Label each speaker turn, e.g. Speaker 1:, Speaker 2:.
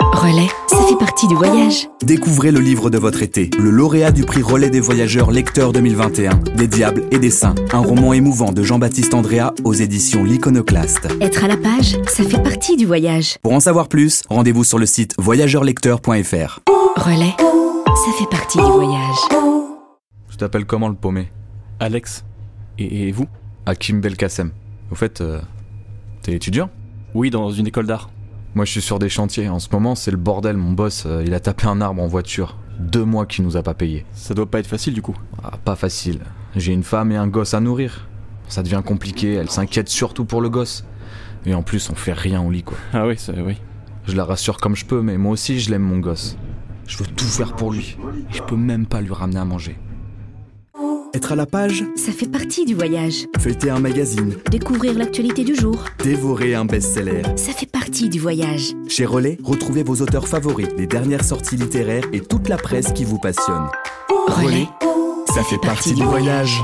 Speaker 1: relais, ça fait partie du voyage.
Speaker 2: Découvrez le livre de votre été, le lauréat du prix Relais des voyageurs lecteurs 2021, Des diables et des saints, un roman émouvant de Jean-Baptiste Andrea aux éditions L'Iconoclaste.
Speaker 1: Être à la page, ça fait partie du voyage.
Speaker 2: Pour en savoir plus, rendez-vous sur le site voyageurlecteur.fr.
Speaker 1: Relais, ça fait partie du voyage.
Speaker 3: Je t'appelle comment le paumé
Speaker 4: Alex. Et, et vous
Speaker 3: Hakim Belkacem. Au fait, euh, t'es étudiant
Speaker 4: Oui, dans une école d'art.
Speaker 3: Moi je suis sur des chantiers, en ce moment c'est le bordel, mon boss, euh, il a tapé un arbre en voiture. Deux mois qu'il nous a pas payé.
Speaker 4: Ça doit pas être facile du coup.
Speaker 3: Ah, pas facile. J'ai une femme et un gosse à nourrir. Ça devient compliqué, elle s'inquiète surtout pour le gosse. Et en plus on fait rien au lit quoi.
Speaker 4: Ah oui, ça, oui.
Speaker 3: Je la rassure comme je peux, mais moi aussi je l'aime mon gosse. Je veux tout faire pour lui. Et je peux même pas lui ramener à manger.
Speaker 2: Être à la page,
Speaker 1: Ça fait partie du voyage.
Speaker 2: feuilleter un magazine,
Speaker 1: Découvrir l'actualité du jour,
Speaker 2: dévorer un best-seller.
Speaker 1: ça fait partie du voyage.
Speaker 2: Chez Relais, retrouvez vos auteurs favoris, les dernières sorties littéraires et toute la presse qui vous passionne.
Speaker 1: Relais,
Speaker 2: Ça fait partie du voyage.